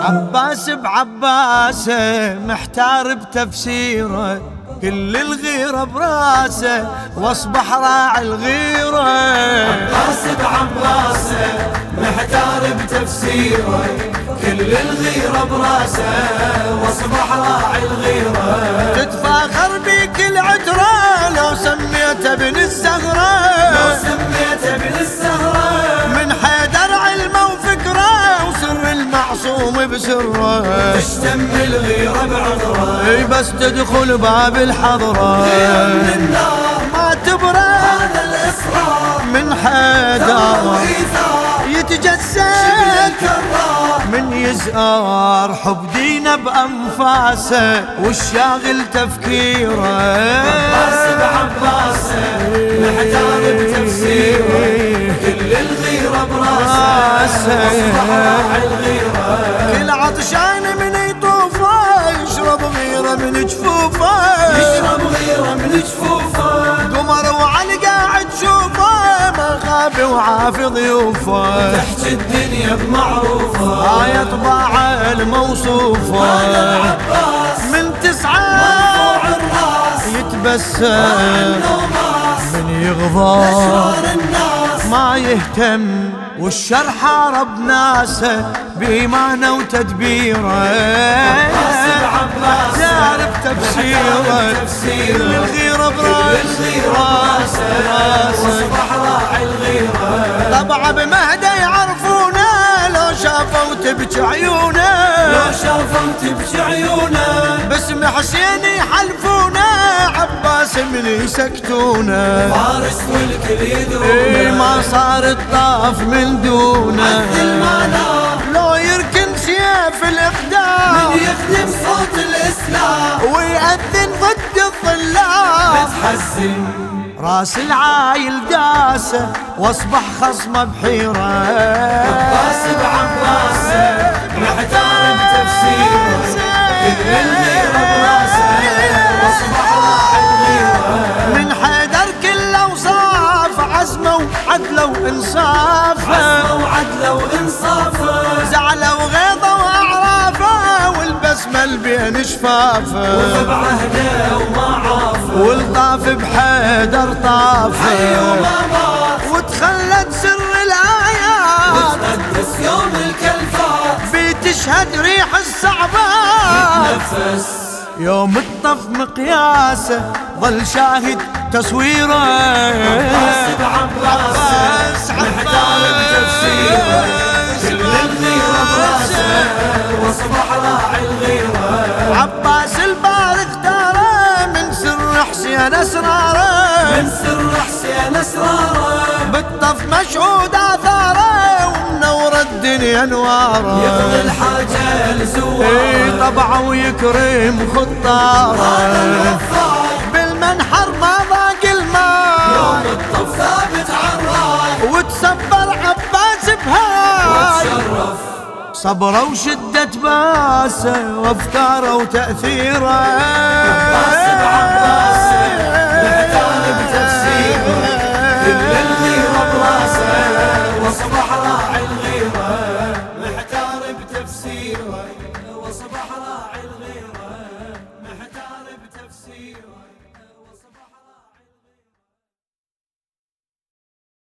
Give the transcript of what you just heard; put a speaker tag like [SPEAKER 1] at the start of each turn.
[SPEAKER 1] عباس بعباسه محتار بتفسيره كل الغيرة براسه واصبح راعي الغيرة
[SPEAKER 2] عباس بعباسه محتار بتفسيره كل الغيرة براسه واصبح راعي الغيرة
[SPEAKER 1] تتفاخر بيك العترة لو سميته ابن الزهرة
[SPEAKER 2] لو سميته ابن الزهرة
[SPEAKER 1] من حيدر علمه وفكره وسر المعصوم بسره
[SPEAKER 2] تشتم الغيرة بعذره
[SPEAKER 1] اي بس تدخل باب الحضرة
[SPEAKER 2] من النار
[SPEAKER 1] ما تبرى
[SPEAKER 2] هذا الإصرار
[SPEAKER 1] من حيدر
[SPEAKER 2] وإيثار
[SPEAKER 1] يتجسد
[SPEAKER 2] الكرار
[SPEAKER 1] من يزار حب دينه بأنفاسه والشاغل تفكيره
[SPEAKER 2] عباس بعباسه محتار بتفسيره كل الغيرة براسه واصبح راعي الغيرة
[SPEAKER 1] كل عطشان من يطوفه يشرب غيره من جفوفه
[SPEAKER 2] يشرب غيرة من جفوفه
[SPEAKER 1] قمر وعلى قاعد شوفه ما غاب وعافي ضيوفه
[SPEAKER 2] تحكي الدنيا بمعروفه
[SPEAKER 1] آية طباعة
[SPEAKER 2] هذا
[SPEAKER 1] الموصوفة
[SPEAKER 2] العباس
[SPEAKER 1] من تسعة
[SPEAKER 2] مرفوع الراس
[SPEAKER 1] يتبسم
[SPEAKER 2] عنه ماس
[SPEAKER 1] من يغضب
[SPEAKER 2] شعور الناس
[SPEAKER 1] ما يهتم والشرحة رب ناسه بإيمانه وتدبيره
[SPEAKER 2] عباس بعباس
[SPEAKER 1] تعرف تفسيره كل
[SPEAKER 2] تفسيره
[SPEAKER 1] الغيرة
[SPEAKER 2] الغيرة براسه
[SPEAKER 1] براسه
[SPEAKER 2] واصبح راعي الغيرة
[SPEAKER 1] طبعا بمهده يعرفونه لو شافوا تبكي عيونه
[SPEAKER 2] لو شافوا تبكي عيونه
[SPEAKER 1] باسم حسين يحلفونه عباس من يسكتونه
[SPEAKER 2] فارس والكل
[SPEAKER 1] اي
[SPEAKER 2] يدرونه
[SPEAKER 1] ما صار الطاف من دونه
[SPEAKER 2] مثل ما نام
[SPEAKER 1] لو يركن سيف الاقدام
[SPEAKER 2] يخدم صوت الاسلام
[SPEAKER 1] ويأذن ضد الظلام
[SPEAKER 2] تحسن
[SPEAKER 1] راس العايل داسه واصبح خصمه بحيره
[SPEAKER 2] قاسب عباسه محتار بتفسيره كل الغيره براسه واصبح راعي الغيره
[SPEAKER 1] من حيدر كل اوصاف عزمه وعدله وانصافه
[SPEAKER 2] عزمه وعدله وانصافه
[SPEAKER 1] زعله وغيظه واعرافه والبسمه البين شفافه
[SPEAKER 2] بعهده وما عافه
[SPEAKER 1] والطاف بحيدر
[SPEAKER 2] حي
[SPEAKER 1] طافه
[SPEAKER 2] وما مات
[SPEAKER 1] وتخلت سر الايات
[SPEAKER 2] قدس يوم الكلفات
[SPEAKER 1] بتشهد ريح الصعبات
[SPEAKER 2] نفس
[SPEAKER 1] يوم الطف مقياسه ظل شاهد تصويره
[SPEAKER 2] قاسب عباسه
[SPEAKER 1] عباس
[SPEAKER 2] محتار بتفسيره كل الغيره براسه واصبح راعي الغيره
[SPEAKER 1] عباس البار اختاره من سر حسين اسراره
[SPEAKER 2] من سر حسين اسراره
[SPEAKER 1] بالطف مشهود اثاره ومنور الدنيا
[SPEAKER 2] يقضي
[SPEAKER 1] انواره
[SPEAKER 2] الحاجه
[SPEAKER 1] اي
[SPEAKER 2] لزواره
[SPEAKER 1] طبعه ويكرم
[SPEAKER 2] هذا
[SPEAKER 1] خطاره
[SPEAKER 2] الوفاي
[SPEAKER 1] بالمنحر ما ضاق الماء
[SPEAKER 2] يوم الطف ثابت عالراي
[SPEAKER 1] وتصبر عباس بهاي
[SPEAKER 2] شرف
[SPEAKER 1] صبره وشدة باسه وافكاره وتأثيره
[SPEAKER 2] عباسه بعباسه محتار بتفسيره كل الغيره براسه واصبح